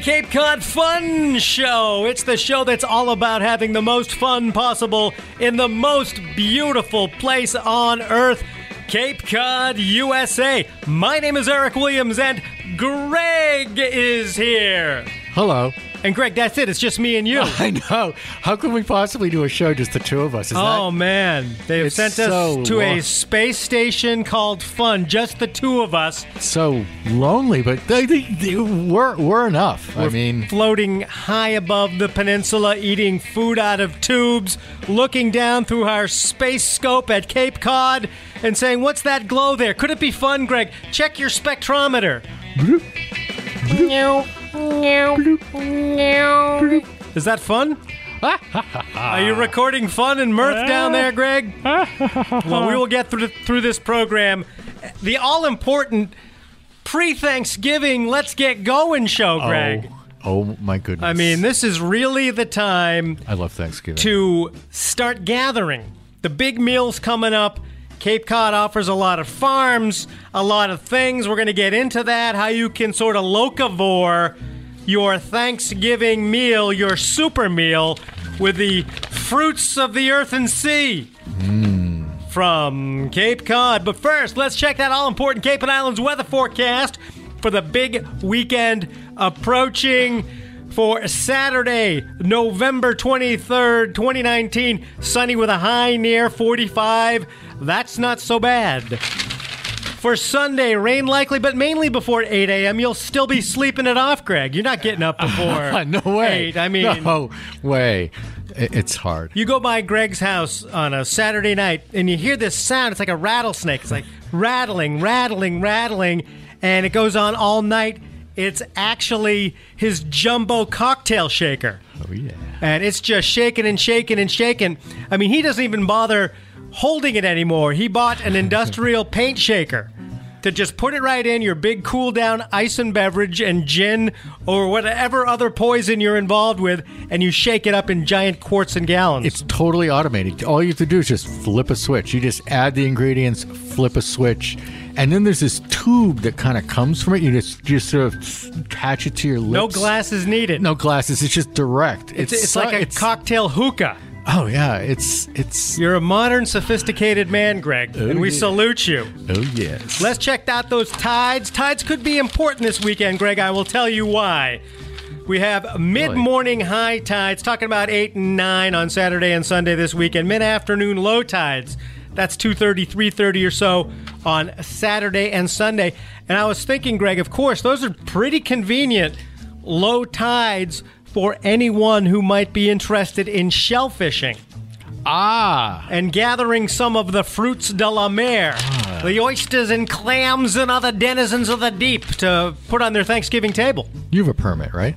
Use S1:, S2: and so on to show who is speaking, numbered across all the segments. S1: Cape Cod Fun Show. It's the show that's all about having the most fun possible in the most beautiful place on earth, Cape Cod, USA. My name is Eric Williams, and Greg is here.
S2: Hello.
S1: And Greg, that's it. It's just me and you.
S2: I know. How can we possibly do a show just the two of us? Is
S1: Oh man, they have
S2: It's
S1: sent
S2: so
S1: us to a
S2: lo-
S1: space station called Fun, just the two of us.
S2: that so lonely? But they, they, they- we're, we're enough. I mean,
S1: floating high above the peninsula, eating food out of tubes, looking down through our space scope at Cape Cod, and saying, What's that glow there? Could it be fun, Greg? Check your spectrometer. Is that fun? Are you recording fun and mirth down there, Greg? well, we will get through, through this program. The all important pre Thanksgiving Let's Get Going show, Greg.
S2: Oh, oh my goodness.
S1: I mean, this is really the time
S2: I love Thanksgiving.
S1: to start gathering. The big meal's coming up. Cape Cod offers a lot of farms, a lot of things. We're going to get into that, how you can sort of locavore your Thanksgiving meal, your super meal, with the fruits of the earth and sea from Cape Cod. But first, let's check that all important Cape and Islands weather forecast for the big weekend approaching for Saturday, November 23rd, 2019. Sunny with a high near 45. That's not so bad. For Sunday, rain likely, but mainly before 8 a.m. You'll still be sleeping it off, Greg. You're not getting up before.
S2: no way.
S1: 8. I mean,
S2: no way. I- It's hard.
S1: you go by Greg's house on a Saturday night and you hear this sound. It's like a rattlesnake. It's like rattling, rattling, rattling, and it goes on all night. It's actually his jumbo cocktail shaker.
S2: Oh, yeah.
S1: And it's just shaking and shaking and shaking. I mean, he doesn't even bother holding it anymore. He bought an industrial paint shaker to just put it right in your big cool down ice and beverage and gin or whatever other poison you're involved with, and you shake it up in giant quarts and gallons.
S2: It's totally automated. All you have to do is just flip a switch. You just add the ingredients, flip a switch, and then there's this tube that kind of comes from it. You just just sort of attach it to your lips.
S1: no glass is needed.
S2: No glasses. It's just direct.
S1: it's, it's,
S2: so-
S1: like a
S2: it's-
S1: cocktail hookah.
S2: Oh yeah, it's it's
S1: You're a modern, sophisticated man, Greg, and we
S2: yeah.
S1: salute you.
S2: oh yes.
S1: Let's check out those tides. Tides could be important this weekend, Greg. I will tell you why. We have mid morning high tides, talking about 8 and 9 on Saturday and Sunday this weekend. Mid afternoon low tides, that's 2.30, 3.30 or so on Saturday and Sunday. And I was thinking, Greg, of course, those are pretty convenient low tides for anyone who might be interested in shell fishing
S2: ah,
S1: and gathering some of the fruits de la mer, the oysters and clams and other denizens of the deep to put on their Thanksgiving table.
S2: you have a permit, right?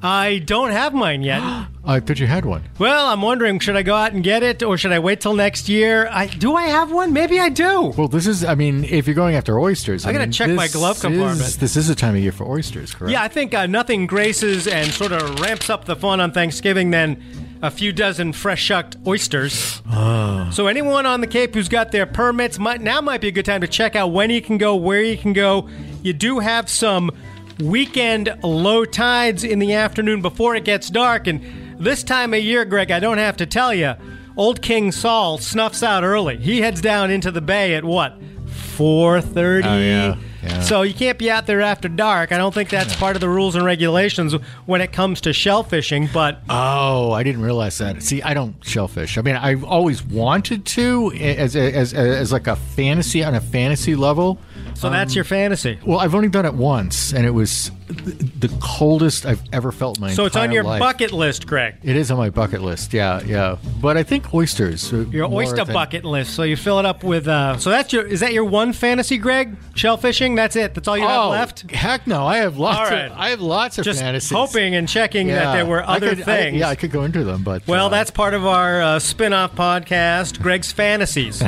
S1: I don't have mine yet.
S2: I thought you had one.
S1: well, I'm wondering should I go out and get it or should I wait till next year? I do I have one? Maybe I do.
S2: Well, this is. I mean, if you're going after oysters, I,
S1: gotta
S2: mean,
S1: check my
S2: this
S1: glove
S2: is-
S1: compartment.
S2: this is the time of year for oysters, correct?
S1: Yeah, I think uh, nothing graces and sort of ramps up the fun on Thanksgiving than a few dozen fresh shucked oysters. So anyone on the Cape who's got their permits, might, now might be a good time to check out when you can go, where you can go. You do have some weekend low tides in the afternoon before it gets dark, and this time of year, Greg, I don't have to tell you, old King Saul snuffs out early. He heads down into the bay at what? 4:30.
S2: Oh, yeah. Yeah.
S1: So you can't be out there after dark. I don't think that's part of the rules and regulations when it comes to shell fishing, but
S2: Oh, I didn't realize that. See, I don't shellfish. I mean, I've always wanted to, as as as like a fantasy on a fantasy level.
S1: so
S2: Um,
S1: that's your fantasy.
S2: Well, I've only done it once, and it was th- the coldest I've ever felt in my
S1: So it's on
S2: entire
S1: your
S2: life.
S1: bucket list, Greg.
S2: It is on my bucket list. Yeah, yeah. But I think oysters. are
S1: Your
S2: more
S1: oyster
S2: than-
S1: bucket list. So you fill it up with. Uh, so that's your. Is that your one fantasy, Greg? Shellfishing. That's it. That's all you have
S2: Oh,
S1: left.
S2: heck no! I have lots.
S1: All right.
S2: Of, I have lots of
S1: Just
S2: fantasies.
S1: hoping and checking that
S2: Yeah.
S1: there were
S2: I
S1: other
S2: could- I-
S1: things.
S2: yeah, I could go into them, but
S1: well,
S2: uh,
S1: that's part of our uh, spin-off podcast, Greg's Fantasies,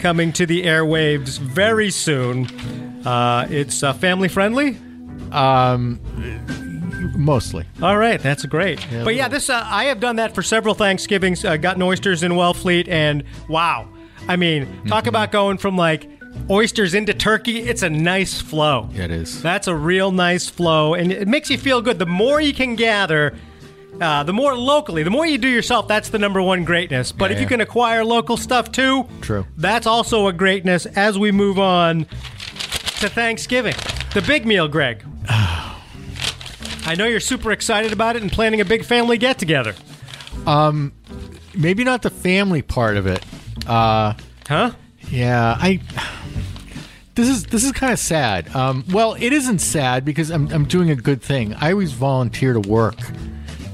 S1: coming to the airwaves very soon. Uh, it's uh, family friendly.
S2: mostly.
S1: All right, that's great. but yeah,
S2: well-
S1: this uh, I have done that for several
S2: Mm-hmm.
S1: Thanksgivings. Uh, gotten oysters in Wellfleet, and wow, I mean, talk about going from like oysters into turkey, it's a nice flow.
S2: Yeah, it is.
S1: That's a real nice flow, and it makes you feel good. The more you can gather, uh, the more locally, the more you do yourself, that's the number one greatness. But
S2: Yeah,
S1: if
S2: yeah.
S1: you can acquire local stuff too,
S2: True.
S1: that's also a greatness as we move on to Thanksgiving. The big meal, Greg. I know you're super excited about it and planning a big family get together.
S2: Maybe not the family part of it. Uh,
S1: Huh?
S2: Yeah, I. This is this is kind of sad. Um, well, it isn't sad because I'm I'm doing a good thing. I always volunteer to work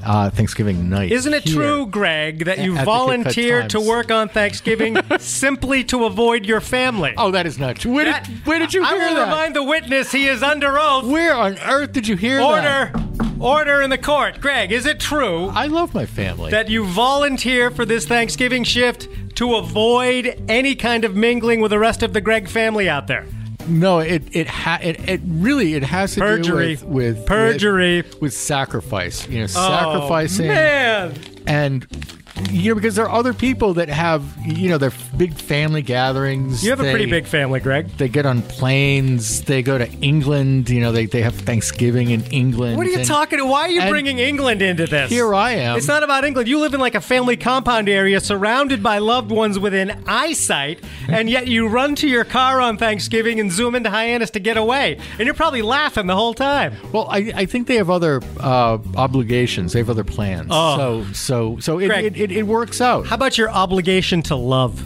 S2: uh, Thanksgiving night.
S1: Isn't it
S2: here.
S1: true, Greg, that you
S2: At the Kit Kat
S1: volunteered to
S2: Times.
S1: work on Thanksgiving simply to avoid your family?
S2: Oh, that is not true. Where
S1: That-
S2: did where did you
S1: I
S2: hear
S1: will
S2: that?
S1: remind the witness he is under oath.
S2: where on earth did you hear that?
S1: Order, order in the court. Greg, is it true
S2: I love my family.
S1: that you volunteer for this Thanksgiving shift to avoid any kind of mingling with the rest of the Greg family out there?
S2: no, it it, ha- it it really it has to
S1: Perjury.
S2: do with, with
S1: Perjury.
S2: with, sacrifice. You know,
S1: Oh,
S2: sacrificing
S1: man.
S2: and you know because there are other people that have you know their big family gatherings.
S1: You have a pretty
S2: They-
S1: big family, Greg.
S2: they get on planes they go to england you know they, they have thanksgiving in england
S1: What are you
S2: and-
S1: talking? Why are you
S2: and
S1: bringing England into this?
S2: here i am
S1: It's not about England. You live in like a family compound area surrounded by loved ones within eyesight, and yet you run to your car on Thanksgiving and zoom into Hyannis to get away. And you're probably laughing the whole time.
S2: well I, I think they have other uh, obligations they have other plans
S1: Oh.
S2: so so so it,
S1: Greg.
S2: it, it, it works out
S1: How about your obligation to love?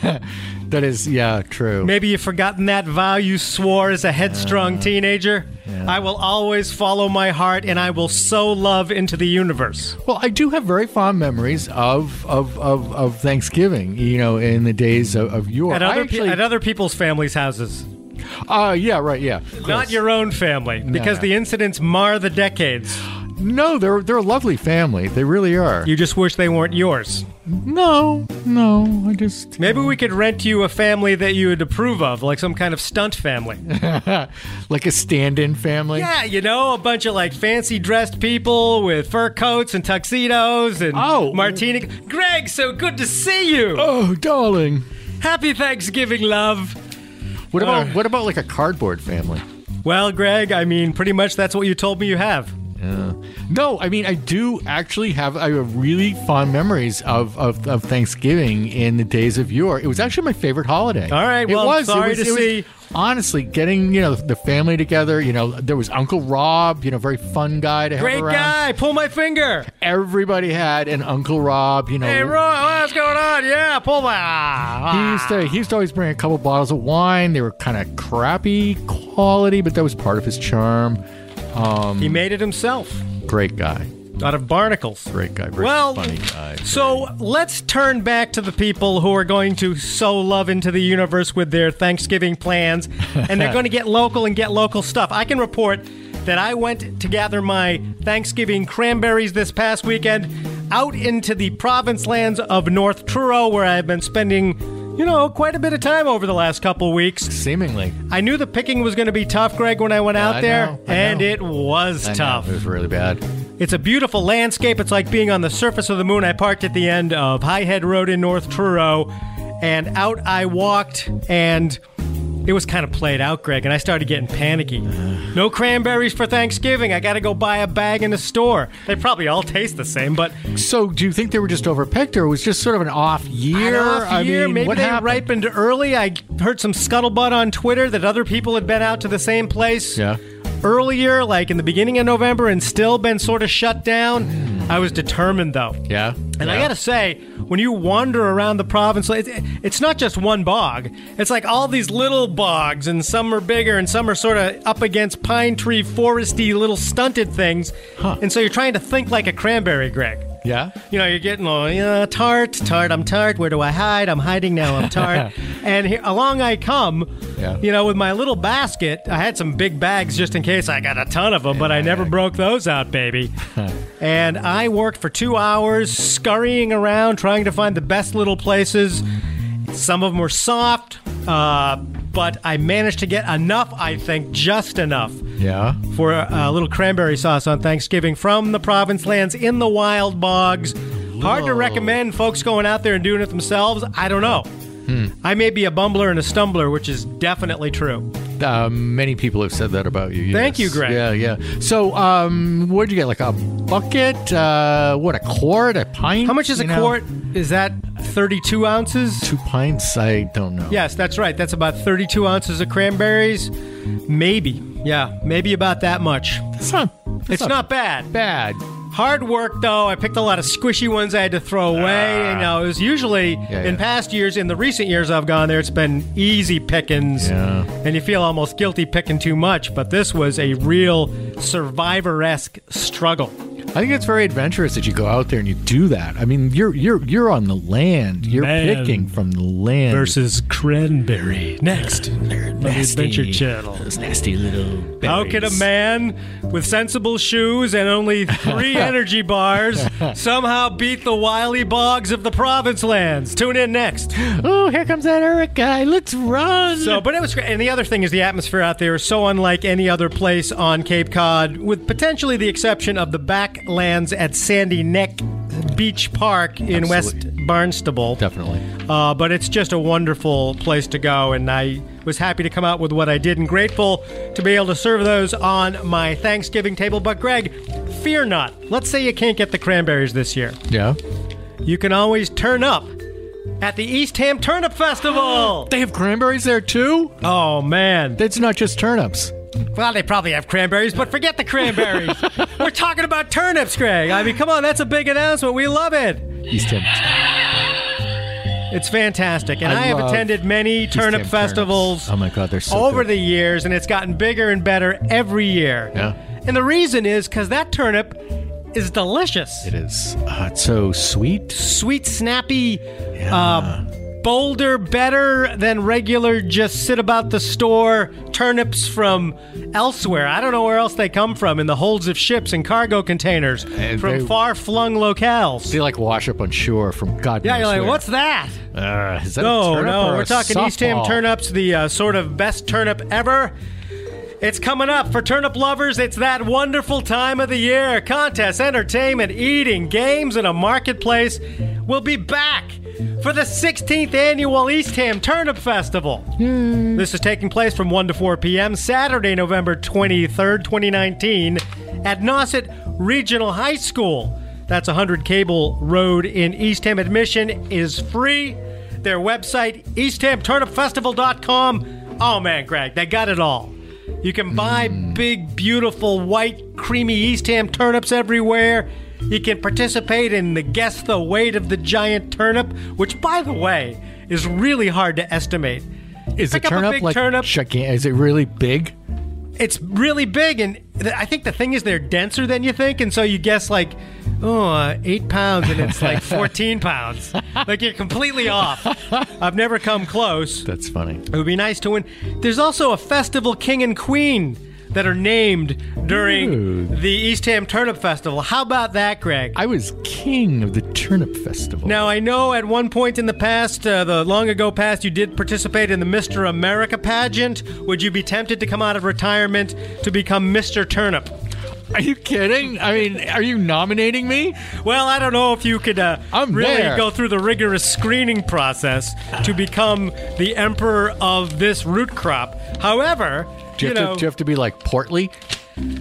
S2: that is yeah true
S1: Maybe you've forgotten that vow you swore as a headstrong teenager.
S2: yeah.
S1: I will always follow my heart and I will sow love into the universe.
S2: well i do have very fond memories of of of, of thanksgiving you know in the days of, of yore
S1: At
S2: I
S1: other, pe-
S2: actually-
S1: at other people's families' houses,
S2: uh, yeah right yeah of
S1: not
S2: course.
S1: your own family, because
S2: no.
S1: the incidents mar the decades.
S2: no they're they're a lovely family they really are
S1: You just wish they weren't yours.
S2: no no i just
S1: Maybe we could rent you a family that you would approve of, like some kind of stunt family.
S2: like a stand-in family
S1: yeah, you know, a bunch of like fancy dressed people with fur coats and tuxedos and
S2: Oh.
S1: martini. Greg, so good to see you.
S2: Oh, darling.
S1: Happy Thanksgiving, love.
S2: What about
S1: Uh.
S2: what about like a cardboard family?
S1: Well, Greg, I mean, pretty much that's what you told me you have.
S2: Yeah. No, I mean I do actually have I have really fond memories of, of, of Thanksgiving in the days of yore. It was actually my favorite holiday.
S1: All right,
S2: it
S1: well,
S2: was,
S1: sorry
S2: it was,
S1: to
S2: it
S1: see.
S2: was- honestly, getting you know the family together. You know, there was Uncle Rob. You know, very fun guy to
S1: Great
S2: have around.
S1: guy, pull my finger.
S2: Everybody had an Uncle Rob. You know,
S1: Hey, Roy, what's going on? Yeah, pull my. ah,
S2: He used to he used to always bring a couple bottles of wine. They were kind of crappy quality, but that was part of his charm.
S1: ah. He made it himself
S2: Great guy,
S1: out of barnacles.
S2: great guy, very
S1: Well,
S2: funny guy.
S1: so let's turn back to the people who are going to sow love into the universe with their Thanksgiving plans, and they're going to get local and get local stuff. I can report that I went to gather my Thanksgiving cranberries this past weekend out into the province lands of North Truro, where I've been spending, you know, quite a bit of time over the last couple weeks.
S2: Seemingly,
S1: I knew the picking was going to be tough, Greg, when I went out
S2: I
S1: there,
S2: know, I
S1: and
S2: know.
S1: it was
S2: I know,
S1: tough.
S2: It was really bad.
S1: It's a beautiful landscape. It's like being on the surface of the moon. I parked at the end of High Head Road in North Truro, and out I walked, and it was kind of played out, Greg, and I started getting panicky. No cranberries for Thanksgiving. I got to go buy a bag in the store. They probably all taste the same, but
S2: So, do you think they were just overpicked, or it was just sort of an off year?
S1: An off
S2: I
S1: year,
S2: mean,
S1: maybe
S2: what
S1: they
S2: happened?
S1: ripened early. I heard some scuttlebutt on Twitter that other people had been out to the same place
S2: Yeah.
S1: earlier, like in the beginning of November, and still been sort of shut down. I was determined, though.
S2: Mm. Yeah,
S1: And I
S2: yeah.
S1: gotta say, when you wander around the province, it, it's not just one bog. It's like all these little bogs, and some are bigger, and some are sort of up against pine tree, foresty, little stunted things. And so you're trying to think like a cranberry, Greg.
S2: yeah.
S1: You know, you're getting all, you know, tart, tart, I'm tart, where do I hide? I'm hiding now, I'm tart. and here, along I come,
S2: Yeah.
S1: you know, with my little basket. I had some big bags just in case I got a ton of them, but I never broke those out, baby. and I worked for two hours scurrying around trying to find the best little places. Some of them were soft, uh, but I managed to get enough, I think, just enough
S2: Yeah.
S1: for a, a little cranberry sauce on Thanksgiving from the province lands in the wild bogs. Hard to recommend folks going out there and doing it themselves. I don't know.
S2: Hmm.
S1: I may be a bumbler and a stumbler, which is definitely true.
S2: Uh, many people have said that about you. yes.
S1: Thank you, Greg.
S2: Yeah, yeah. So, um, where'd you get like a bucket? Uh, what a quart? A pint?
S1: How much is a
S2: you know?
S1: quart? Is that 32 ounces?
S2: Two pints? I don't know.
S1: Yes, that's right. That's about 32 ounces of cranberries. Maybe. Yeah, maybe about that much.
S2: it's not. It's,
S1: It's not bad.
S2: bad.
S1: Hard work, though. I picked a lot of squishy ones I had to throw away. you know, it was usually
S2: Yeah,
S1: in
S2: yeah.
S1: past years, in the recent years I've gone there, it's been easy pickings.
S2: Yeah.
S1: And you feel almost guilty picking too much, but this was a real survivor esque struggle.
S2: I think it's very adventurous that you go out there and you do that. I mean, you're you're you're on the land. You're
S3: Man.
S2: picking from the land.
S3: versus Cranberry. Next on the
S2: Nasty.
S3: Adventure Channel.
S2: Those nasty little.
S1: How could a
S2: berries.
S1: man with sensible shoes and only three energy bars somehow beat the wily bogs of the province lands? Tune in next.
S2: Oh, here comes that Eric guy. Let's run.
S1: So, but it was great. And the other thing is the atmosphere out there is so unlike any other place on Cape Cod, with potentially the exception of the backlands at Sandy Neck Beach Park in
S2: Absolutely.
S1: West Barnstable.
S2: Definitely.
S1: Uh, but it's just a wonderful place to go, and I was happy to come out with what I did and grateful to be able to serve those on my Thanksgiving table. But, Greg, fear not. Let's say you can't get the cranberries this year.
S2: Yeah.
S1: You can always turn up at the East Ham Turnip Festival.
S2: They have cranberries there too.
S1: oh, man.
S2: It's not just turnips.
S1: Well, they probably have cranberries, but forget the cranberries. We're talking about turnips, Greg. I mean, come on, that's a big announcement. We love it.
S2: East Ham.
S1: It's fantastic. And
S2: I
S1: I, have
S2: love
S1: attended many turnip
S2: East Ham
S1: festivals
S2: turnips. Oh my God, they're so
S1: over
S2: good.
S1: the years, and it's gotten bigger and better every year.
S2: Yeah.
S1: And the reason is because that turnip is delicious.
S2: It is. Uh, it's so sweet.
S1: Sweet, snappy, uh, bolder, better than regular just sit about the store turnips from elsewhere. I don't know where else they come from in the holds of ships and cargo containers
S2: And
S1: from
S2: they-
S1: far flung locales.
S2: They like wash up on shore from God.
S1: yeah, you're
S2: knows
S1: like,
S2: where.
S1: what's that?
S2: Uh, is that a
S1: No,
S2: turnip
S1: no,
S2: or
S1: we're
S2: a
S1: talking East Ham
S2: softball?
S1: turnips, the uh, sort of best turnip ever. It's coming up for turnip lovers. It's that wonderful time of the year. Contests, entertainment, eating, games, and a marketplace. We'll be back for the 16th annual East Ham Turnip Festival. This is taking place from 1 to 4 p.m. Saturday, November 23rd, 2019, at Nauset Regional High School. That's 100 Cable Road in Eastham. Admission is free. Their website, easthamturnipfestival.com. Oh man, Greg, they got it all. You can buy big, beautiful, white, creamy Eastham turnips everywhere. You can participate in the guess the weight of the giant turnip, which, by the way, is really hard to estimate.
S2: Is
S1: Pick
S2: the
S1: up a
S2: turnip
S1: big
S2: like
S1: turnip.
S2: gigan- Is it really big?
S1: it's really big and th- i think the thing is they're denser than you think and so you guess like oh uh, eight pounds and it's like 14 pounds like you're completely off i've never come close
S2: That's funny.
S1: it would be nice to win. There's also a festival king and queen that are named during
S2: Ooh.
S1: the East Ham Turnip Festival. How about that, Greg?
S2: I was king of the turnip festival.
S1: Now I know at one point in the past, uh, the long ago past, you did participate in the Mr. America pageant. Would you be tempted to come out of retirement to become Mr. Turnip?
S2: Are you kidding? I mean, are you nominating me?
S1: Well, I don't know if you could uh,
S2: I'm
S1: really
S2: there.
S1: go through the rigorous screening process to become the emperor of this root crop. However,
S2: Do you,
S1: you
S2: have
S1: know,
S2: to, do you have to be like portly?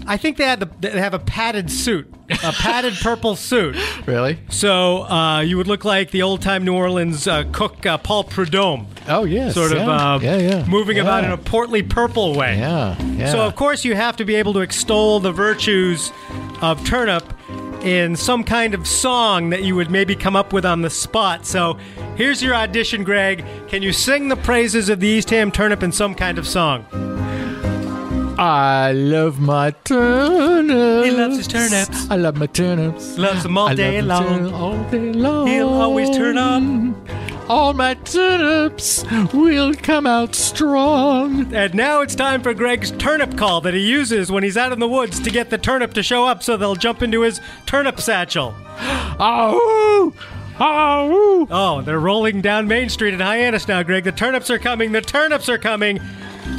S1: I think they had the, they have a padded suit, a padded purple suit.
S2: Really?
S1: So uh, you would look like the old time New Orleans uh, cook uh, Paul Prudhomme,
S2: Oh yes.
S1: sort of
S2: yeah.
S1: uh,
S2: yeah, yeah.
S1: moving
S2: yeah.
S1: about in a portly purple way.
S2: yeah, yeah.
S1: So, of course, you have to be able to extol the virtues of turnip in some kind of song that you would maybe come up with on the spot. So, here's your audition, Greg. Can you sing the praises of the East Ham turnip in some kind of song?
S2: I love my turnips.
S1: He loves his turnips.
S2: I love my turnips.
S1: Loves them all
S2: I
S1: day
S2: love my
S1: long.
S2: turnips All day long.
S1: He'll always turn up.
S2: All my turnips will come out strong.
S1: And now it's time for Greg's turnip call that he uses when he's out in the woods to get the turnip to show up so they'll jump into his turnip satchel.
S2: Oh, oh.
S1: Oh, they're rolling down Main Street in Hyannis now, Greg. The turnips are coming. The turnips are coming.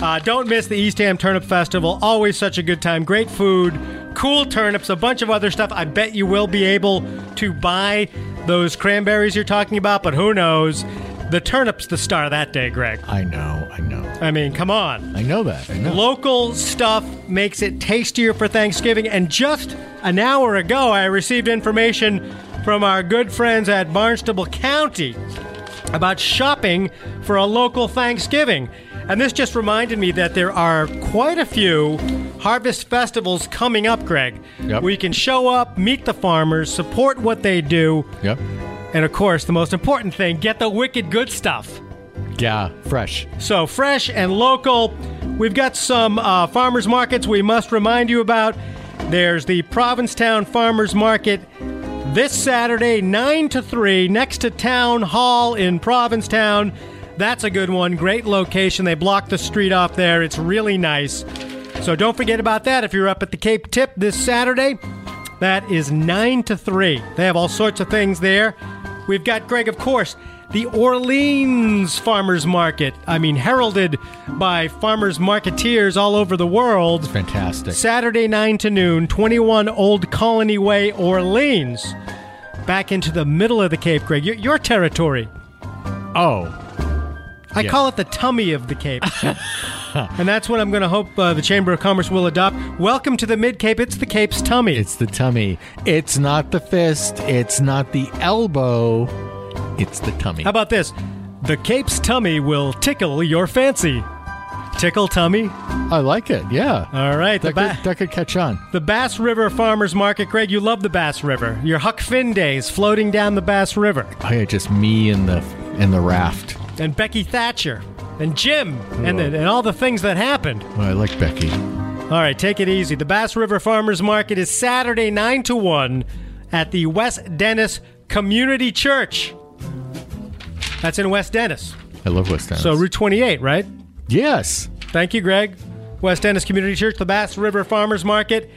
S1: Uh, don't miss the East Ham Turnip Festival. Always such a good time. Great food, cool turnips, a bunch of other stuff. I bet you will be able to buy those cranberries you're talking about, but who knows? The turnip's the star that day, Greg.
S2: I know, I know.
S1: I mean, come on.
S2: I know that. I know.
S1: Local stuff makes it tastier for Thanksgiving. And just an hour ago, I received information from our good friends at Barnstable County about shopping for a local Thanksgiving. And this just reminded me that there are quite a few harvest festivals coming up, Greg,
S2: Yep.
S1: where you can show up, meet the farmers, support what they do,
S2: Yep.
S1: and of course, the most important thing get the wicked good stuff.
S2: Yeah, fresh.
S1: So fresh and local. We've got some uh, farmers markets we must remind you about. There's the Provincetown Farmers Market this Saturday, 9 to 3, next to Town Hall in Provincetown. That's a good one. Great location. They block the street off there. It's really nice. So don't forget about that if you're up at the Cape Tip this Saturday. That is 9 to 3. They have all sorts of things there. We've got, Greg, of course, the Orleans Farmers Market. I mean, heralded by farmers marketeers all over the world.
S2: Fantastic.
S1: Saturday 9 to noon, 21 Old Colony Way, Orleans. Back into the middle of the Cape, Greg. Your, your territory.
S2: Oh,
S1: I
S2: Yeah.
S1: call it the tummy of the Cape. and that's what I'm going to hope uh, the Chamber of Commerce will adopt. Welcome to the Mid Cape. It's the Cape's tummy.
S2: it's the tummy. It's not the fist. It's not the elbow. It's the tummy.
S1: How about this? The Cape's tummy will tickle your fancy. Tickle tummy?
S2: I like it. Yeah.
S1: All right. The,
S2: that,
S1: ba-
S2: could, that could catch on.
S1: the Bass River Farmers Market. Greg, you love the Bass River. Your Huck Finn days floating down the Bass River.
S2: Oh, yeah, just me and the and the raft.
S1: And Becky Thatcher. And Jim. And, and all the things that happened.
S2: Oh, I like Becky.
S1: All right, take it easy. The Bass River Farmers Market is Saturday 9 to 1 at the West Dennis Community Church. That's in West Dennis.
S2: I love West End.
S1: So Route 28, right?
S2: yes.
S1: Thank you, Greg. West Dennis Community Church, the Bass River Farmers Market.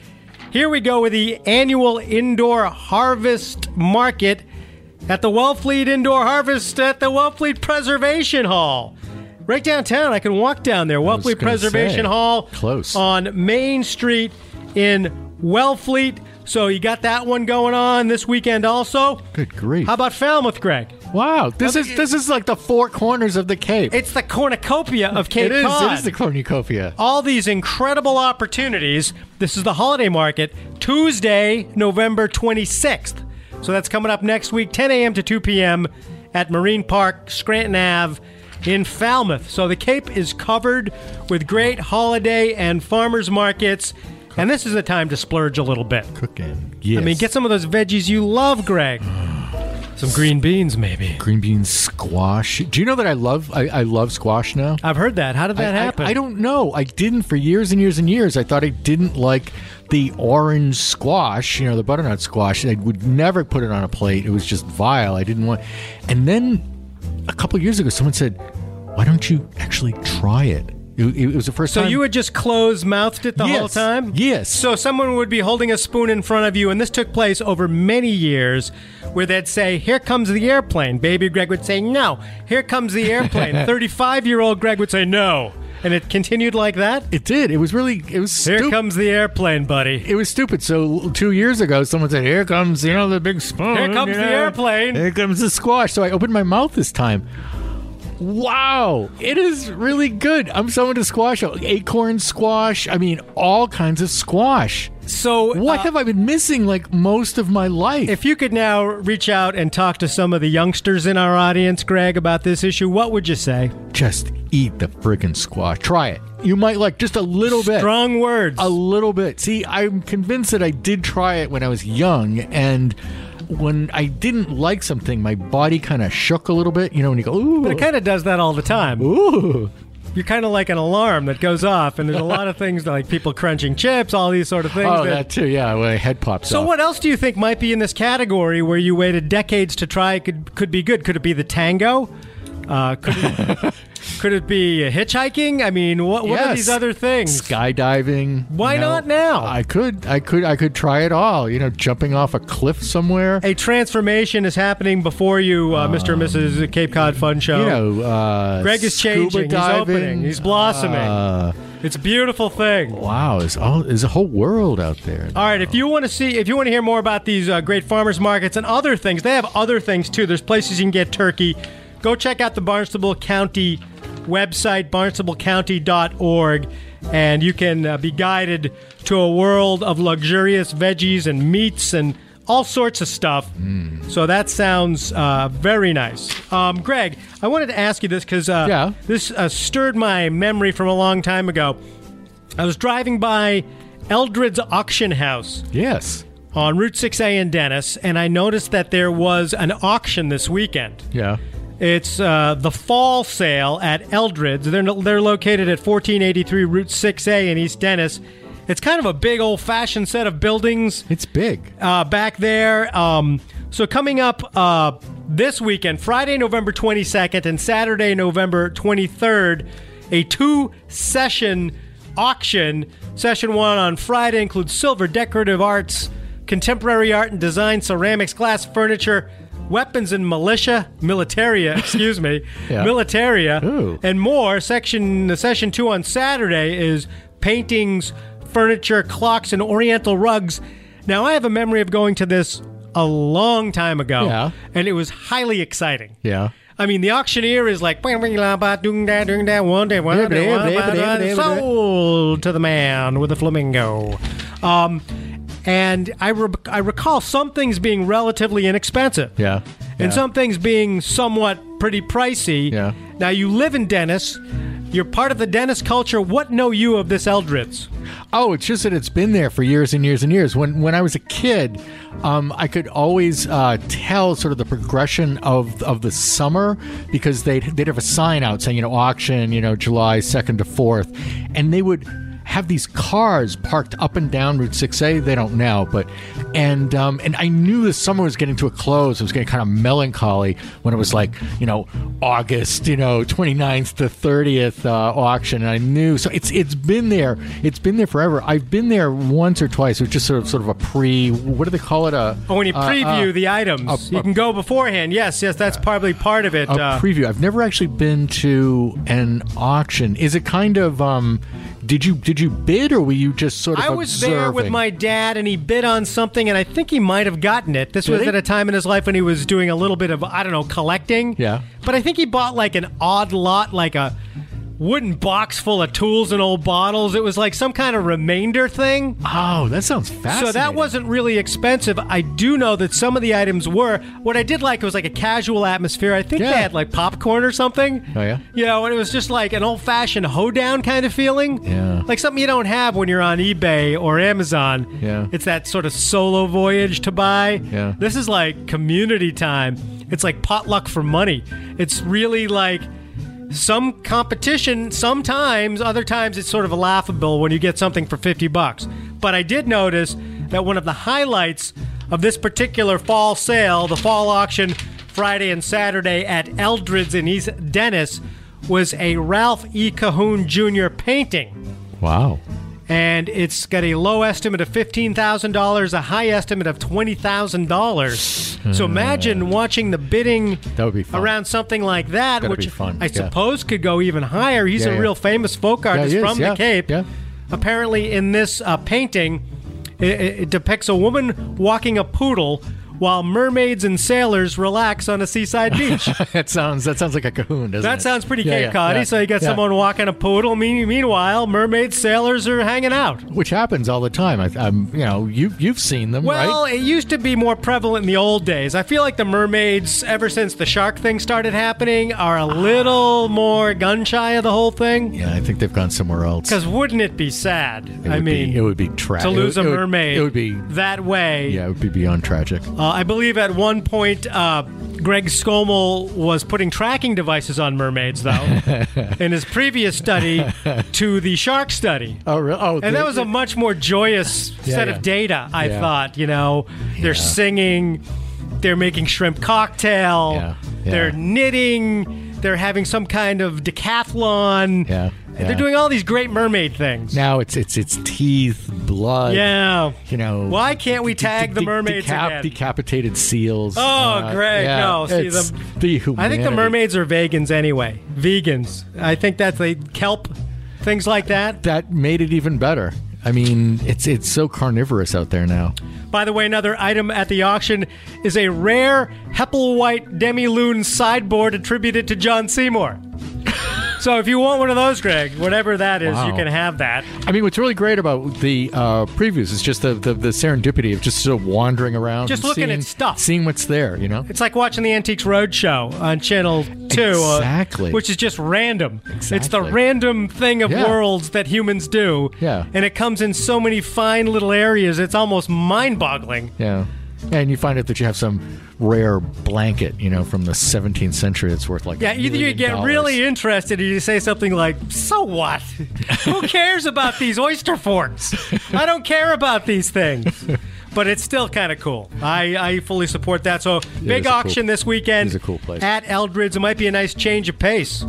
S1: Here we go with the annual indoor harvest market at the Wellfleet Indoor Harvest at the Wellfleet Preservation Hall. Right downtown, I can walk down there. Wellfleet
S2: gonna
S1: Preservation
S2: say,
S1: Hall.
S2: close.
S1: On Main Street in Wellfleet. So you got that one going on this weekend also.
S2: Good grief.
S1: How about Falmouth, Greg?
S2: wow. This is this is like the four corners of the Cape.
S1: It's the cornucopia of Cape
S2: it is.
S1: Cod.
S2: It is the cornucopia.
S1: all these incredible opportunities. This is the holiday market, Tuesday, November 26th. So that's coming up next week, 10 a.m. to 2 p.m. at Marine Park, Scranton Ave in Falmouth. So the Cape is covered with great holiday and farmers markets. And this is the time to splurge a little bit.
S2: Cooking.
S1: I
S2: Yes.
S1: mean, get some of those veggies you love, Greg. Some green beans, maybe.
S2: green beans squash. Do you know that I love I, I love squash now?
S1: I've heard that. How did that
S2: I- I-
S1: happen?
S2: I, don't know. I didn't for years and years and years. I thought I didn't like the orange squash, you know, the butternut squash. I would never put it on a plate. It was just vile. I didn't want. And then a couple of years ago, someone said, "Why don't you actually try it?" It, it was the first
S1: So
S2: time.
S1: you had just close mouthed it the whole
S2: Yes,
S1: time?
S2: yes.
S1: So someone would be holding a spoon in front of you, and this took place over many years, where they'd say, Here comes the airplane. Baby Greg would say, No. Here comes the airplane. 35 year old Greg would say, No. And it continued like that?
S2: it did. It was really. It was
S1: Here
S2: stupid.
S1: comes the airplane, buddy.
S2: it was stupid. So l- two years ago, someone said, "Here comes, you know, the big spoon.
S1: Here comes
S2: you
S1: the
S2: know,
S1: airplane."
S2: Here comes the squash." So I opened my mouth this time. Wow, it is really good. I'm so into squash. Acorn squash. I mean, all kinds of squash.
S1: So,
S2: What
S1: uh,
S2: have I been missing like most of my life?
S1: if you could now reach out and talk to some of the youngsters in our audience, Greg, about this issue, what would you say?
S2: Just eat the friggin' squash. Try it. You might like just a little bit.
S1: Strong words.
S2: A little bit. See, I'm convinced that I did try it when I was young, and when I didn't like something, my body kind of shook a little bit. You know, when you go, ooh,
S1: But it kind of does that all the time.
S2: ooh.
S1: you're kind of like an alarm that goes off, and there's a lot of things like people crunching chips, all these sort of things.
S2: Oh,
S1: that-
S2: that too. Yeah, when my head pops
S1: so,
S2: off.
S1: what else do you think might be in this category where you waited decades to try could could be good? Could it be the tango? Uh, could it, could it be hitchhiking? I mean, what what are
S2: Yes.
S1: these other things?
S2: Skydiving.
S1: Why
S2: you know?
S1: not now?
S2: I could, I could, I could try it all. You know, jumping off a cliff somewhere.
S1: A transformation is happening before you, uh, Mr. and Mrs. Cape Cod Fun Show.
S2: you know, uh,
S1: Greg is
S2: scuba
S1: changing. He's
S2: diving.
S1: opening. He's blossoming.
S2: Uh,
S1: it's a beautiful thing.
S2: wow, there's all there's a whole world out there.
S1: All right, if you want to see, if you want to hear more about these uh, great farmers markets and other things, they have other things too. There's places you can get turkey, go check out the Barnstable County website, barnstablecounty.org, and you can uh, be guided to a world of luxurious veggies and meats and all sorts of stuff. So that sounds uh, very nice. Um, Greg, I wanted to ask you this because uh,
S2: Yeah.
S1: this uh, stirred my memory from a long time ago. I was driving by Eldred's Auction House
S2: Yes.
S1: on Route 6A in Dennis, and I noticed that there was an auction this weekend.
S2: Yeah.
S1: It's uh, the fall sale at Eldred's. They're, they're located at 1483 Route 6A in East Dennis. It's kind of a big old fashioned set of buildings
S2: It's big.
S1: uh, back there. Um, so coming up uh, this weekend, Friday, November 22nd, and Saturday, November 23rd, a two-session auction. Session one on Friday includes silver, decorative arts, contemporary art and design, ceramics, glass, furniture, weapons and militia, militaria, excuse me,
S2: Yeah.
S1: militaria,
S2: Ooh.
S1: and more. Section session two on Saturday is paintings, furniture, clocks, and Oriental rugs. Now I have a memory of going to this a long time ago,
S2: Yeah.
S1: and it was highly exciting.
S2: Yeah.
S1: I mean, the auctioneer is like, "Bing, bing, la, ba, dung, da, dung, da, one day, one day, one day, one day, sold to the man with the flamingo. Um, and I, re- I recall some things being relatively inexpensive.
S2: Yeah.
S1: And
S2: Yeah.
S1: some things being somewhat pretty pricey.
S2: Yeah.
S1: Now, you live in Dennis. You're part of the Dennis culture. What know you of this Eldritz?
S2: Oh, it's just that it's been there for years and years and years. When when I was a kid, um, I could always uh, tell sort of the progression of of the summer because they'd they'd have a sign out saying you know auction you know July second to fourth, and they would have these cars parked up and down Route Six A. They don't now, but and um, and I knew the summer was getting to a close. It was getting kind of melancholy when it was like you know August, you know 29th to 30th uh, auction. And I knew so it's it's been there. It's been there forever. I've been there once or twice. It was just sort of sort of a pre. What do they call it? A
S1: Oh, when you
S2: uh,
S1: preview
S2: uh,
S1: the items,
S2: a-
S1: you can go beforehand. Yes, yes, that's probably part of it. uh,
S2: a preview. I've never actually been to an auction. Is it kind of um? Did you did you bid or were you just sort of?
S1: I was there with
S2: observing?
S1: my dad, and he bid on something, and I think he might have gotten it. This
S2: Did
S1: was
S2: he?
S1: at a time in his life when he was doing a little bit of I don't know collecting.
S2: Yeah.
S1: but I think he bought like an odd lot, like a wooden box full of tools and old bottles. It was like some kind of remainder thing.
S2: Oh, that sounds fascinating.
S1: So that wasn't really expensive. I do know that some of the items were. What I did like it was like a casual atmosphere. I think
S2: Yeah.
S1: they had like popcorn or something.
S2: Oh, yeah?
S1: You know, and it was just like an old fashioned hoedown kind of feeling.
S2: Yeah.
S1: Like something you don't have when you're on eBay or Amazon.
S2: Yeah.
S1: It's that sort of solo voyage to buy.
S2: Yeah.
S1: This is like community time. It's like potluck for money. It's really like some competition sometimes other times it's sort of laughable when you get something for 50 bucks but i did notice that one of the highlights of this particular fall sale the fall auction friday and saturday at eldred's in east dennis was a ralph e cahoon jr painting
S2: Wow.
S1: and it's got a low estimate of $15000 a high estimate of $20000 so imagine watching the bidding
S2: Hmm. That would be fun.
S1: around something like that,
S2: Gotta
S1: which
S2: be fun,
S1: I
S2: yeah.
S1: suppose could go even higher. He's
S2: Yeah,
S1: a
S2: yeah.
S1: real famous folk artist
S2: is,
S1: from
S2: yeah,
S1: the Cape.
S2: yeah.
S1: Apparently, in this uh, painting, it, it it depicts a woman walking a poodle while mermaids and sailors relax on a seaside beach.
S2: that sounds that sounds like a cahoon, doesn't it?
S1: that sounds pretty
S2: Yeah,
S1: Cape
S2: yeah,
S1: Coddy.
S2: yeah,
S1: so you got
S2: yeah.
S1: someone walking a poodle. Mean, meanwhile, mermaids, sailors are hanging out.
S2: which happens all the time. I, I'm, you know, you you've seen them,
S1: Well,
S2: right?
S1: it used to be more prevalent in the old days. I feel like the mermaids, ever since the shark thing started happening, are a little more gun shy of the whole thing.
S2: Yeah, I think they've gone somewhere else.
S1: Because wouldn't it be sad?
S2: It
S1: I
S2: would
S1: mean,
S2: be, it would be tragic
S1: to lose a mermaid
S2: It would be,
S1: that way.
S2: yeah, it would be beyond tragic.
S1: Uh, I believe at one point, uh, Greg Skomel was putting tracking devices on mermaids, though, in his previous study to the shark study.
S2: Oh, really? Oh,
S1: And that was a much more joyous
S2: Yeah,
S1: set
S2: yeah.
S1: of data, I
S2: Yeah.
S1: thought. You know, they're singing, they're making shrimp cocktail,
S2: Yeah, yeah.
S1: they're knitting, they're having some kind of decathlon.
S2: Yeah, yeah.
S1: They're doing all these great mermaid things.
S2: now it's it's it's teeth, blood.
S1: Yeah.
S2: you know.
S1: Why can't we
S2: de-
S1: tag the
S2: de-
S1: mermaids
S2: decap-
S1: again?
S2: Decapitated seals. Uh,
S1: Oh, Greg, no, see, the-
S2: it's the
S1: I think the
S2: humanity.
S1: mermaids are vegans anyway. Vegans. I think that's the kelp, things like that.
S2: that made it even better. I mean, it's it's so carnivorous out there now.
S1: By the way, another item at the auction is a rare Hepplewhite Demi-Lune sideboard attributed to John Seymour. so if you want one of those, Greg, whatever that is, you
S2: Wow.
S1: can have that.
S2: I mean, what's really great about the uh, previews is just the, the, the serendipity of just sort of wandering around,
S1: Just
S2: and
S1: looking at
S2: seeing,
S1: stuff.
S2: seeing what's there. You know,
S1: It's like watching the Antiques Roadshow on Channel 2. uh,
S2: Exactly.
S1: which is just random. It's the
S2: Exactly.
S1: random thing of
S2: Yeah.
S1: worlds that humans do.
S2: Yeah.
S1: And it comes in so many fine little areas, it's almost mind boggling.
S2: yeah. And you find out that you have some rare blanket, you know, from the 17th century that's worth like a
S1: Yeah, either you
S2: million
S1: get
S2: dollars.
S1: really interested or you say something like, So what? Who cares about these oyster forks? I don't care about these things. But it's still kind of cool. I, I fully support that. So, big
S2: it's a cool-
S1: auction this weekend
S2: it's a cool place.
S1: at Eldred's. It might be a nice change of pace.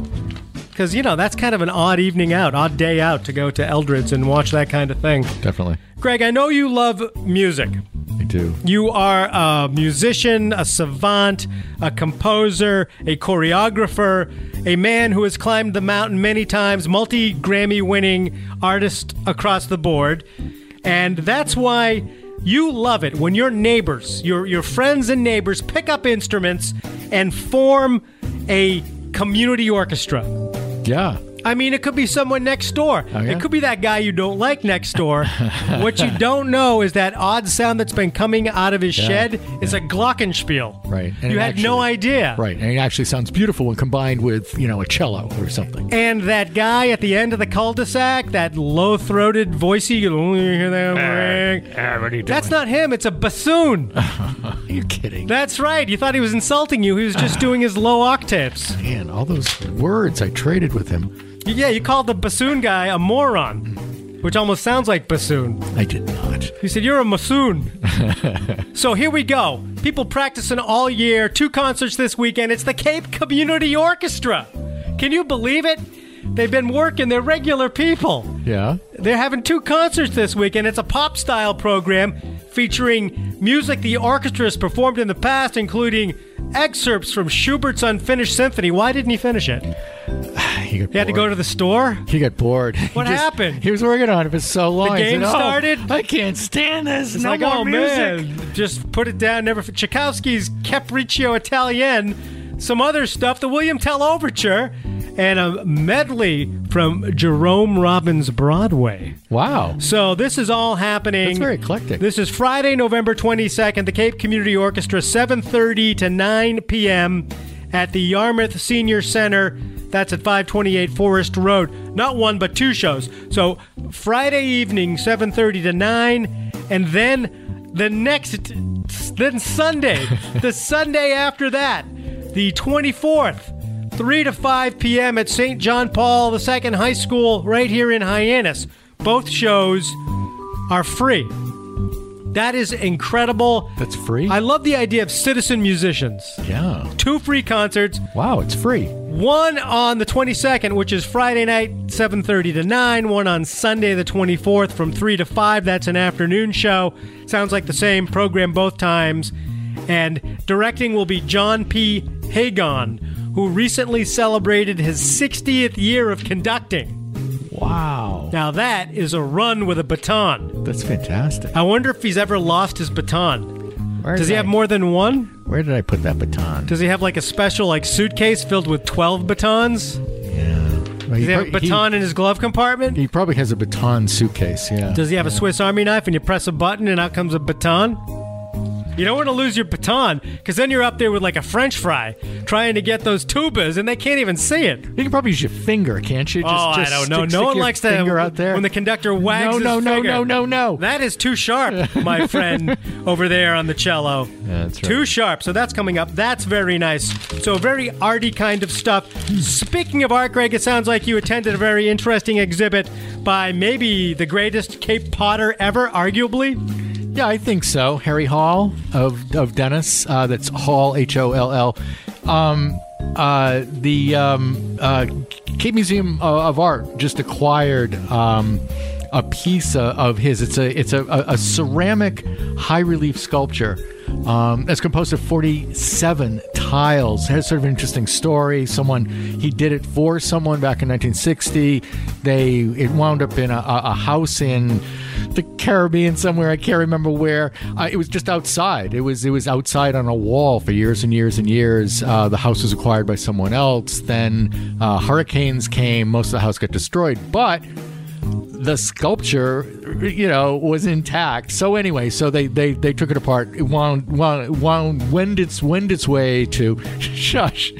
S1: Because, you know, that's kind of an odd evening out, odd day out to go to Eldred's and watch that kind of thing.
S2: definitely.
S1: Greg, I know you love music.
S2: I do.
S1: You are a musician, a savant, a composer, a choreographer, a man who has climbed the mountain many times, multi Grammy winning artist across the board. And that's why you love it when your neighbors, your, your friends and neighbors pick up instruments and form a community orchestra.
S2: Yeah.
S1: I mean, it could be someone next door.
S2: Oh, yeah?
S1: It could be that guy you don't like next door. what you don't know is that odd sound that's been coming out of his shed is a glockenspiel.
S2: Right. And
S1: you
S2: it
S1: had no
S2: actually-
S1: idea.
S2: Right. And it actually sounds beautiful when combined with, you know, a cello or something.
S1: And that guy at the end of the cul-de-sac, that low-throated voicey, you only hear that ring. That's not him. It's a bassoon.
S2: You're kidding.
S1: That's right. You thought he was insulting you. He was just doing his low octaves.
S2: Man, all those words I traded with him.
S1: Yeah, you called the bassoon guy a moron, which almost sounds like bassoon.
S2: I did not.
S1: He said, You're a Masoon. so here we go. People practicing all year, two concerts this weekend. It's the Cape Community Orchestra. Can you believe it? They've been working, they're regular people.
S2: Yeah.
S1: They're having two concerts this weekend. It's a pop style program featuring music the orchestra has performed in the past, including excerpts from Schubert's Unfinished Symphony. Why didn't he finish it?
S2: He got
S1: He had to go to the store?
S2: He got bored. He
S1: What happened?
S2: He was working on it for so long. He
S1: game
S2: said, "Oh,
S1: started?
S2: I can't stand this.
S1: It's
S2: no
S1: like,
S2: more
S1: oh
S2: music.
S1: man, just put it down. Never f- Tchaikovsky's Capriccio Italien, some other stuff, the William Tell Overture, and a medley from Jerome Robbins Broadway.
S2: Wow.
S1: So this is all happening.
S2: That's very eclectic.
S1: This is Friday, November 22nd, the Cape Community Orchestra, 7:30 to 9 p.m. at the Yarmouth Senior Center. That's at 528 Forest Road. Not one, but two shows. So Friday evening, 7:30 to 9, and then the next, then Sunday, the Sunday after that, the 24th. 3 to 5 p.m. at St. John Paul II High School right here in Hyannis. Both shows are free. That is incredible.
S2: That's free?
S1: I love the idea of citizen musicians.
S2: yeah.
S1: Two free concerts,
S2: Wow, it's free.
S1: one on the 22nd, which is Friday night, 7:30 to 9, one on Sunday the 24th from 3 to 5. That's an afternoon show. Sounds like the same program both times. And directing will be John P. Hagon, who recently celebrated his 60th year of conducting.
S2: Wow.
S1: Now that is a run with a baton.
S2: That's fantastic.
S1: I wonder if he's ever lost his baton.
S2: Where
S1: Does
S2: did
S1: he
S2: I-
S1: have more than one?
S2: Where did I put that baton?
S1: Does he have like a special like suitcase filled with 12 batons?
S2: Well,
S1: Does he have a
S2: prob- he-
S1: baton in his glove compartment?
S2: He, probably has a baton suitcase. Yeah.
S1: Does he have a Swiss Army knife and you press a button and out comes a baton? You don't want to lose your baton because then you're up there with like a french fry trying to get those tubas and they can't even see it.
S2: you can probably use your finger, can't you? Just,
S1: oh,
S2: just
S1: I don't know.
S2: stick-
S1: no
S2: stick
S1: one
S2: your
S1: likes
S2: finger
S1: to
S2: out there.
S1: when the conductor wags
S2: No,
S1: his
S2: no, no,
S1: finger.
S2: no, no, no.
S1: That is too sharp, my friend over there on the cello.
S2: that's right.
S1: Too sharp. So that's coming up. That's very nice. So very arty kind of stuff. Speaking of art, Greg, it sounds like you attended a very interesting exhibit by maybe the greatest Cape Potter ever, arguably.
S2: Yeah, I think so. Harry Hall of of Dennis. Uh, that's Hall H O L L. Um, uh, the um, uh, Cape Museum o- of Art just acquired um, a piece uh, of his. It's a it's a, a, a ceramic high relief sculpture um, that's composed of forty seven tiles. It has sort of an interesting story. Someone he did it for someone back in 1960. They it wound up in a, a a house in the Caribbean somewhere. I can't remember where. Uh, it was just outside. It was it was outside on a wall for years and years and years. Uh, the house was acquired by someone else. Then uh, hurricanes came. Most of the house got destroyed, but the sculpture you know was intact so anyway so they they, they took it apart it wound wound, wound wend its wend its way to shush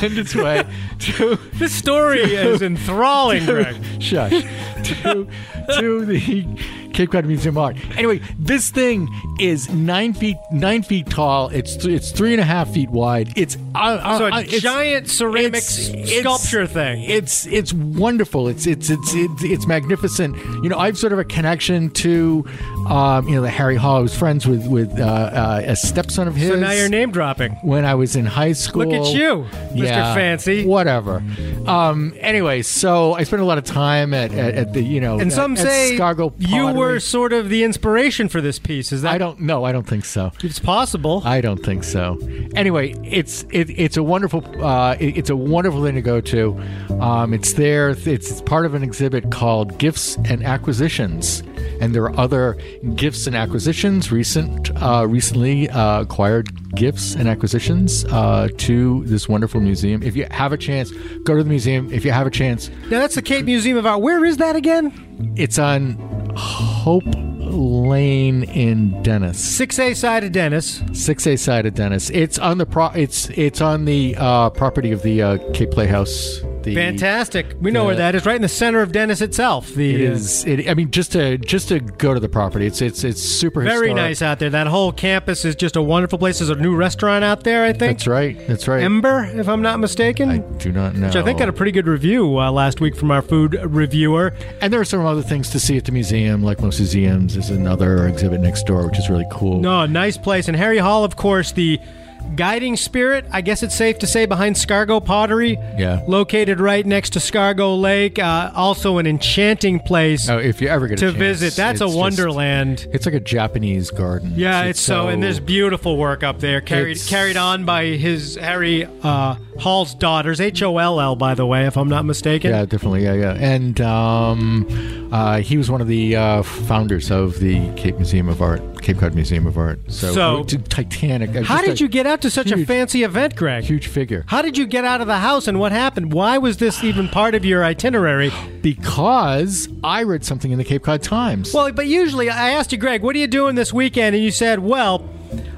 S2: wend its way to
S1: This story is enthralling, Greg.
S2: shush to to the Cape Cod Museum of Art. Anyway, this thing is nine feet nine feet tall. It's th- it's three and a half feet wide. It's uh, uh,
S1: So a
S2: uh, it's-
S1: giant ceramic
S2: it's-
S1: s-
S2: it's-
S1: sculpture thing.
S2: It's it's wonderful. It's it's it's it's, it's magnificent. You know, I've sort of a connection to, um, you know, the Harry Hall. I was friends with with uh, uh, a stepson of his.
S1: So now you're name dropping.
S2: when I was in high school.
S1: Look at you, Mr.
S2: Yeah,
S1: Fancy.
S2: Whatever. Um, anyway, so I spent a lot of time at, at, at the you know
S1: And
S2: at-
S1: some
S2: at
S1: say
S2: Scargo
S1: you were
S2: Pottery.
S1: sort of the inspiration for this piece. Is that
S2: I don't know. I don't think so.
S1: It's possible.
S2: I don't think so. Anyway, it's it, it's a wonderful uh, it- it's a wonderful thing to go to. Um, it's there. It's part of an exhibit called Gifts and Acquisitions, and there are other gifts and acquisitions recent uh, recently uh, acquired gifts and acquisitions uh, to this wonderful museum. If you have a chance, go to the museum. If you have a chance,
S1: now that's the Cape Museum of Art. Where is that again?
S2: it's on Hope Lane in Dennis.
S1: Six A side of Dennis.
S2: Six A side of Dennis. It's on the pro. It's it's on the uh, property of the uh, Cape Playhouse. The
S1: Fantastic. We know where
S2: Yeah.
S1: that is, right in the center of Dennis itself. The
S2: It
S1: uh,
S2: is. It, I mean, just to just to go to the property. It's it's it's super
S1: uh, very
S2: historic.
S1: nice out there. That whole campus is just a wonderful place. There's a new restaurant out there, I think.
S2: That's right. That's right.
S1: Ember, if I'm not mistaken.
S2: I do not know.
S1: which I think got a pretty good review uh, last week from our food reviewer.
S2: and there are some other things to see at the museum, like most museums. There's another exhibit next door, which is really cool.
S1: No, nice place. And Harry Hall, of course, the guiding spirit, I guess it's safe to say, behind Scargo Pottery.
S2: Yeah.
S1: Located right next to Scargo Lake. Uh, also an enchanting place
S2: Oh, if you ever get
S1: to
S2: a chance,
S1: visit. That's
S2: it's
S1: a
S2: just-
S1: wonderland.
S2: it's like a Japanese garden.
S1: yeah, it's, so, and there's beautiful work up there carried
S2: It's-
S1: carried on by his Harry uh, Hall's daughters, H O L L, by the way, if I'm not mistaken.
S2: Yeah, definitely. Yeah, yeah. And um, uh, he was one of the uh, founders of the Cape Museum of Art, Cape Cod Museum of Art. So,
S1: So-
S2: to Titanic. uh,
S1: How
S2: just
S1: did
S2: a
S1: you get out to such a
S2: huge-
S1: fancy event, Greg?
S2: Huge figure.
S1: How did you get out of the house and what happened? Why was this even part of your itinerary?
S2: Because I read something in the Cape Cod Times.
S1: Well, but usually I asked you, Greg, what are you doing this weekend? And you said, well,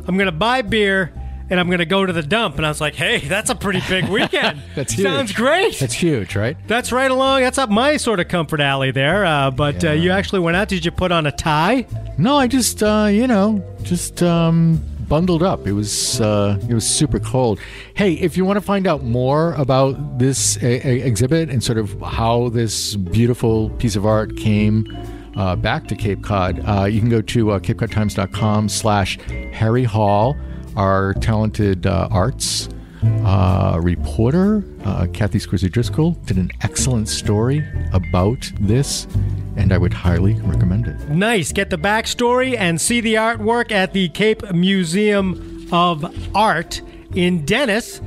S1: I'm going to buy beer and I'm going to go to the dump. And I was like, hey, that's a pretty big weekend.
S2: That's huge.
S1: Sounds great.
S2: That's huge, right?
S1: That's right along. That's up my sort of comfort alley there. Uh, but uh,
S2: Yeah.
S1: you actually went out. Did you put on a tie?
S2: No, I just, uh, you know, just um, bundled up. It was uh, it was super cold. Hey, if you want to find out more about this uh, exhibit and sort of how this beautiful piece of art came uh, back to Cape Cod, uh, you can go to uh, capecodtimes.com slash Harry Hall, our talented uh, arts uh, reporter, uh, Kathy Squizzy Driscoll, did an excellent story about this, and I would highly recommend it.
S1: Nice. Get the backstory and see the artwork at the Cape Museum of Art in Dennis.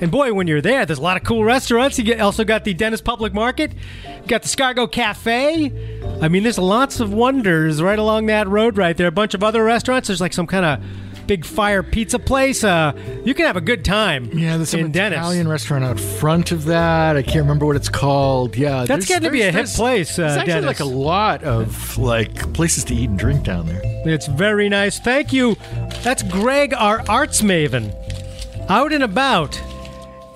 S1: And boy, when you're there, there's a lot of cool restaurants. You get, also got the Dennis Public Market, you got the Scargo Cafe. I mean, there's lots of wonders right along that road right there. A bunch of other restaurants. There's like some kind of big fire pizza place. Uh, you can have a good time.
S2: Yeah, there's some
S1: in Dennis.
S2: Italian restaurant out front of that. I can't remember what it's called. Yeah,
S1: That's
S2: there's-
S1: gotta be a
S2: there's-
S1: hip
S2: there's-
S1: place, uh,
S2: there's actually
S1: Dennis.
S2: like a lot of like places to eat and drink down there.
S1: It's very nice. Thank you. That's Greg, our arts maven. Out and about.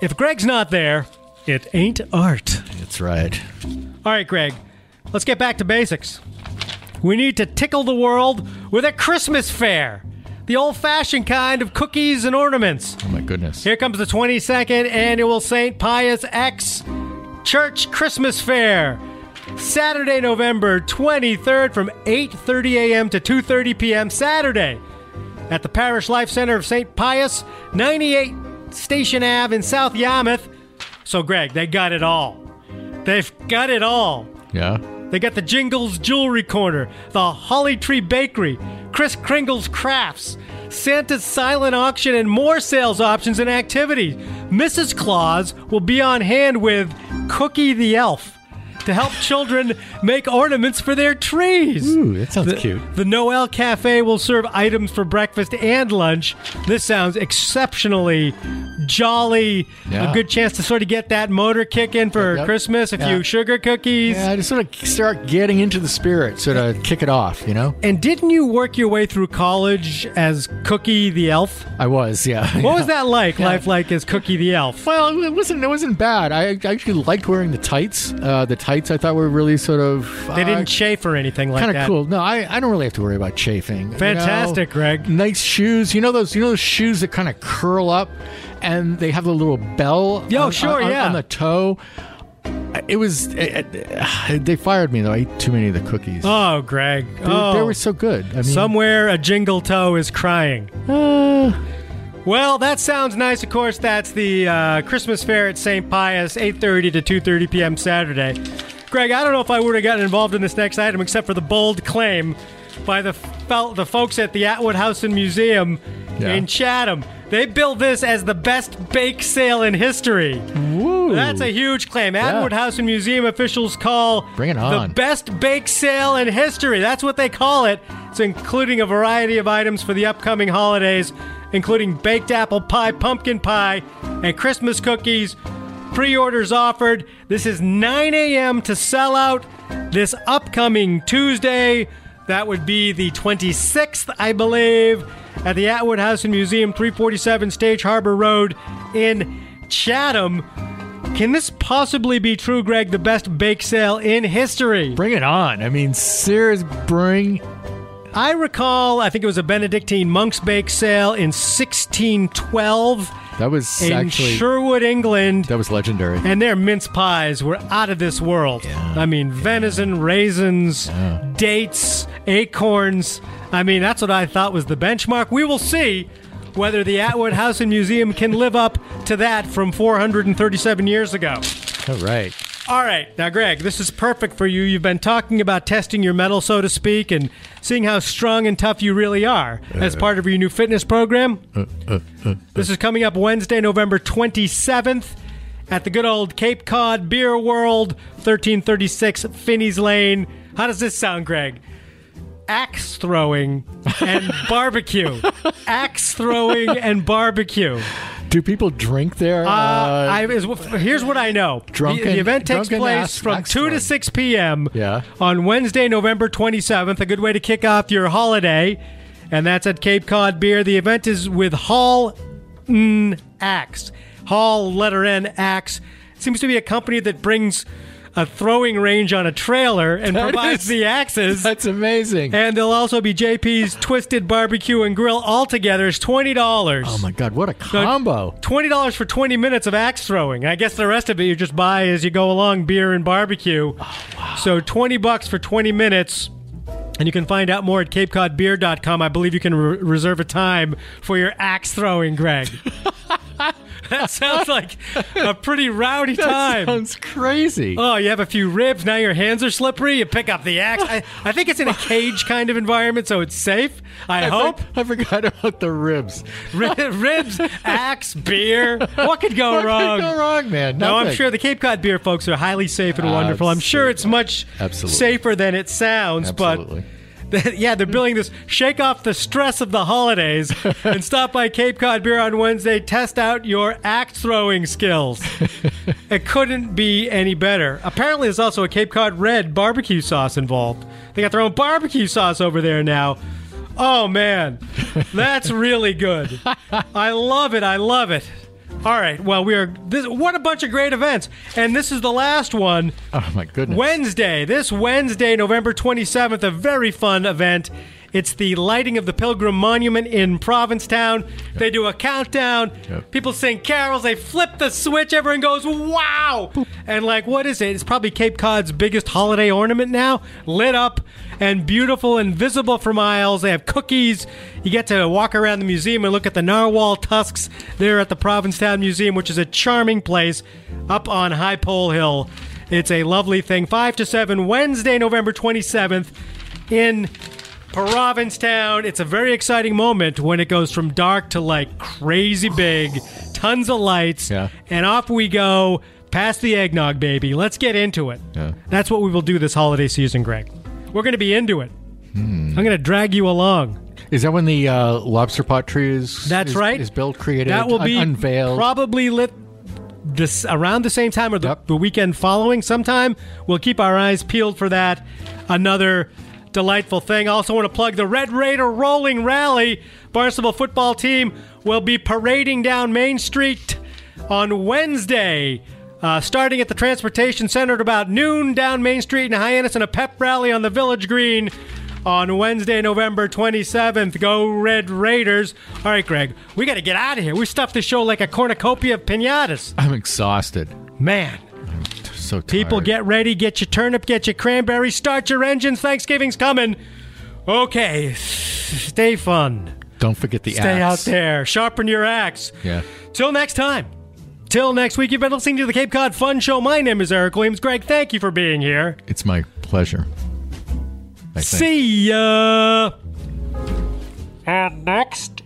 S1: If Greg's not there, it ain't art.
S2: That's right.
S1: All right, Greg, let's get back to basics. We need to tickle the world with a Christmas fair. The old fashioned kind of cookies and ornaments.
S2: Oh my goodness.
S1: Here comes the 22nd annual St. Pius X Church Christmas Fair. Saturday, November 23rd from 8:30 a.m. to 2:30 p.m. Saturday at the Parish Life Center of St. Pius, 98 Station Ave in South Yarmouth. So Greg, they got it all. They've got it all.
S2: Yeah.
S1: They got the Jingles Jewelry Corner, the Holly Tree Bakery, Chris Kringle's Crafts, Santa's silent auction, and more sales options and activities. Mrs. Claus will be on hand with Cookie the Elf to help children make ornaments for their trees.
S2: Ooh, that sounds
S1: The-
S2: cute.
S1: The Noel Cafe will serve items for breakfast and lunch. This sounds exceptionally jolly.
S2: Yeah.
S1: A good chance to sort of get that motor kick in for
S2: Yep.
S1: Christmas, a
S2: Yeah.
S1: few sugar cookies.
S2: Yeah, I just sort of start getting into the spirit, sort of kick it off, you know?
S1: And didn't you work your way through college as Cookie the Elf?
S2: I was, yeah.
S1: What was that like, life like as Cookie the Elf?
S2: Well, it wasn't. It wasn't bad. I I actually liked wearing the tights. Uh, the tights I thought were really sort of.
S1: They didn't chafe or anything like
S2: Kind of
S1: that.
S2: Uh, cool. No, I, I don't really have to worry about chafing. you
S1: Fantastic,
S2: know?
S1: Greg.
S2: Nice shoes. You know those. You know those shoes that kind of curl up, and they have the little bell.
S1: Yeah,
S2: on- on,
S1: sure,
S2: on-
S1: yeah.
S2: on the toe. It was. It, it- they fired me though. I ate too many of the cookies.
S1: Oh, Greg.
S2: they,
S1: oh.
S2: they were so good. I mean,
S1: Somewhere a jingle toe is crying.
S2: uh,
S1: Well, that sounds nice. Of course, that's the uh, Christmas fair at St. Pius, 8:30 to 2:30 p.m. Saturday. Greg, I don't know if I would have gotten involved in this next item except for the bold claim by the fel- the folks at the Atwood House and Museum
S2: Yeah.
S1: in Chatham. They billed this as the best bake sale in history.
S2: woo.
S1: That's a huge claim. Atwood House and Museum officials call
S2: Bring it on.
S1: the best bake sale in history. That's what they call it. It's including a variety of items for the upcoming holidays, including baked apple pie, pumpkin pie, and Christmas cookies. Pre orders offered. This is 9 a.m. to sell out this upcoming Tuesday. That would be the 26th, I believe, at the Atwood House and Museum, 347 Stage Harbor Road in Chatham. Can this possibly be true, Greg? The best bake sale in history.
S2: Bring it on. I mean, serious. Bring
S1: I recall, I think it was a Benedictine monks bake sale in 1612
S2: That was
S1: in
S2: actually
S1: Sherwood, England,
S2: that was legendary.
S1: and their mince pies were out of this world. I mean, venison, raisins, dates, acorns. I mean, that's what I thought was the benchmark. We will see whether the Atwood House and Museum can live up to that from 437 years ago.
S2: All right.
S1: All right, now Greg, this is perfect for you. You've been talking about testing your metal, so to speak, and seeing how strong and tough you really are as part of your new fitness program. this is coming up Wednesday, November 27th at the good old Cape Cod Beer World, 1336 Finney's Lane. How does this sound, Greg? Axe throwing and barbecue. Axe throwing and barbecue.
S2: Do people drink there?
S1: Uh, I, is, here's what I know. The- the,
S2: Drunken-
S1: event takes
S2: drunken
S1: place
S2: ass-
S1: from
S2: axe
S1: 2
S2: throwing.
S1: to 6 p.m.
S2: Yeah.
S1: on Wednesday, November 27th. A good way to kick off your holiday. And that's at Cape Cod Beer. The event is with Hall N Axe. Hall letter N Axe. Seems to be a company that brings a throwing range on a trailer and
S2: That
S1: provides
S2: is-
S1: the axes.
S2: That's amazing.
S1: And there'll also be JP's Twisted Barbecue and Grill altogether. It's $20.
S2: oh my god, what a combo!
S1: Twenty dollars for twenty minutes of axe throwing. I guess the rest of it you just buy as you go along, beer and barbecue. So twenty bucks for twenty minutes. And you can find out more at CapeCodBeer.com. I believe you can re- reserve a time for your axe throwing, Greg. that sounds like a pretty rowdy time.
S2: sounds crazy.
S1: Oh, you have a few ribs. Now your hands are slippery. You pick up the axe. I, I think it's in a cage kind of environment, so it's safe. I,
S2: I for-
S1: hope.
S2: I forgot about the ribs.
S1: Ri- ribs, axe, beer. What could go
S2: What could
S1: wrong?
S2: go wrong, man?
S1: Oh, No, I'm
S2: Nothing.
S1: sure the Cape Cod beer folks are highly safe and wonderful. I'm sure it's much
S2: Absolutely.
S1: safer than it sounds,
S2: Absolutely.
S1: but yeah, they're billing this shake off the stress of the holidays and stop by Cape Cod beer on Wednesday, test out your axe throwing skills. it couldn't be any better. Apparently there's also a Cape Cod red barbecue sauce involved. They got their own barbecue sauce over there now. Oh man, that's really good. I love it. I love it. All right. Well, we are. This, what a bunch of great events, and this is the last one.
S2: Oh my goodness.
S1: Wednesday, this Wednesday, November 27th, a very fun event. It's the lighting of the Pilgrim Monument in Provincetown. They do a countdown.
S2: Yep.
S1: People sing carols. They flip the switch. Everyone goes, wow. And, like, what is it? It's probably Cape Cod's biggest holiday ornament now. Lit up and beautiful and visible for miles. They have cookies. You get to walk around the museum and look at the narwhal tusks there at the Provincetown Museum, which is a charming place up on High Pole Hill. It's a lovely thing. 5 to 7, Wednesday, November 27th in Provincetown. It's a very exciting moment when it goes from dark to like crazy big, tons of lights,
S2: Yeah.
S1: and off we go past the eggnog, baby. Let's get into it.
S2: Yeah.
S1: That's what we will do this holiday season, Greg. We're going to be into it.
S2: Hmm.
S1: I'm going to drag you along.
S2: Is that when the uh, lobster pot tree is?
S1: That's
S2: is-
S1: right.
S2: Is built created?
S1: That will
S2: un-
S1: be
S2: unveiled.
S1: probably lit this around the same time or the,
S2: Yep.
S1: the weekend following. Sometime we'll keep our eyes peeled for that. Another delightful thing. Also want to plug the Red Raider Rolling Rally. Barnstable football team will be parading down Main Street on Wednesday. Uh, starting at the Transportation Center at about noon down Main Street in Hyannis and a pep rally on the Village Green on Wednesday, November 27th. Go Red Raiders. All right, Greg, we got to get out of here. We stuffed the show like a cornucopia of pinatas.
S2: I'm exhausted.
S1: Man,
S2: So tired.
S1: people get ready, get your turnip, get your cranberry, start your engines. Thanksgiving's coming. Okay, stay fun.
S2: Don't forget the
S1: Stay
S2: axe.
S1: out there. Sharpen your axe.
S2: Yeah.
S1: Till next time. Till next week, you've been listening to the Cape Cod Fun Show. My name is Eric Williams. Greg, thank you for being here.
S2: It's my pleasure. I think.
S1: See ya.
S4: And next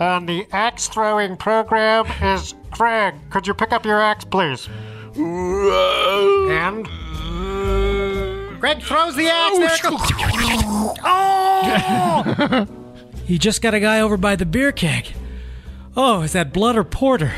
S4: on the axe throwing program is Greg. Could you pick up your axe, please? And
S1: Greg throws the axe. there it goes. oh! he just got a guy over by the beer keg. Oh, is that blood or porter?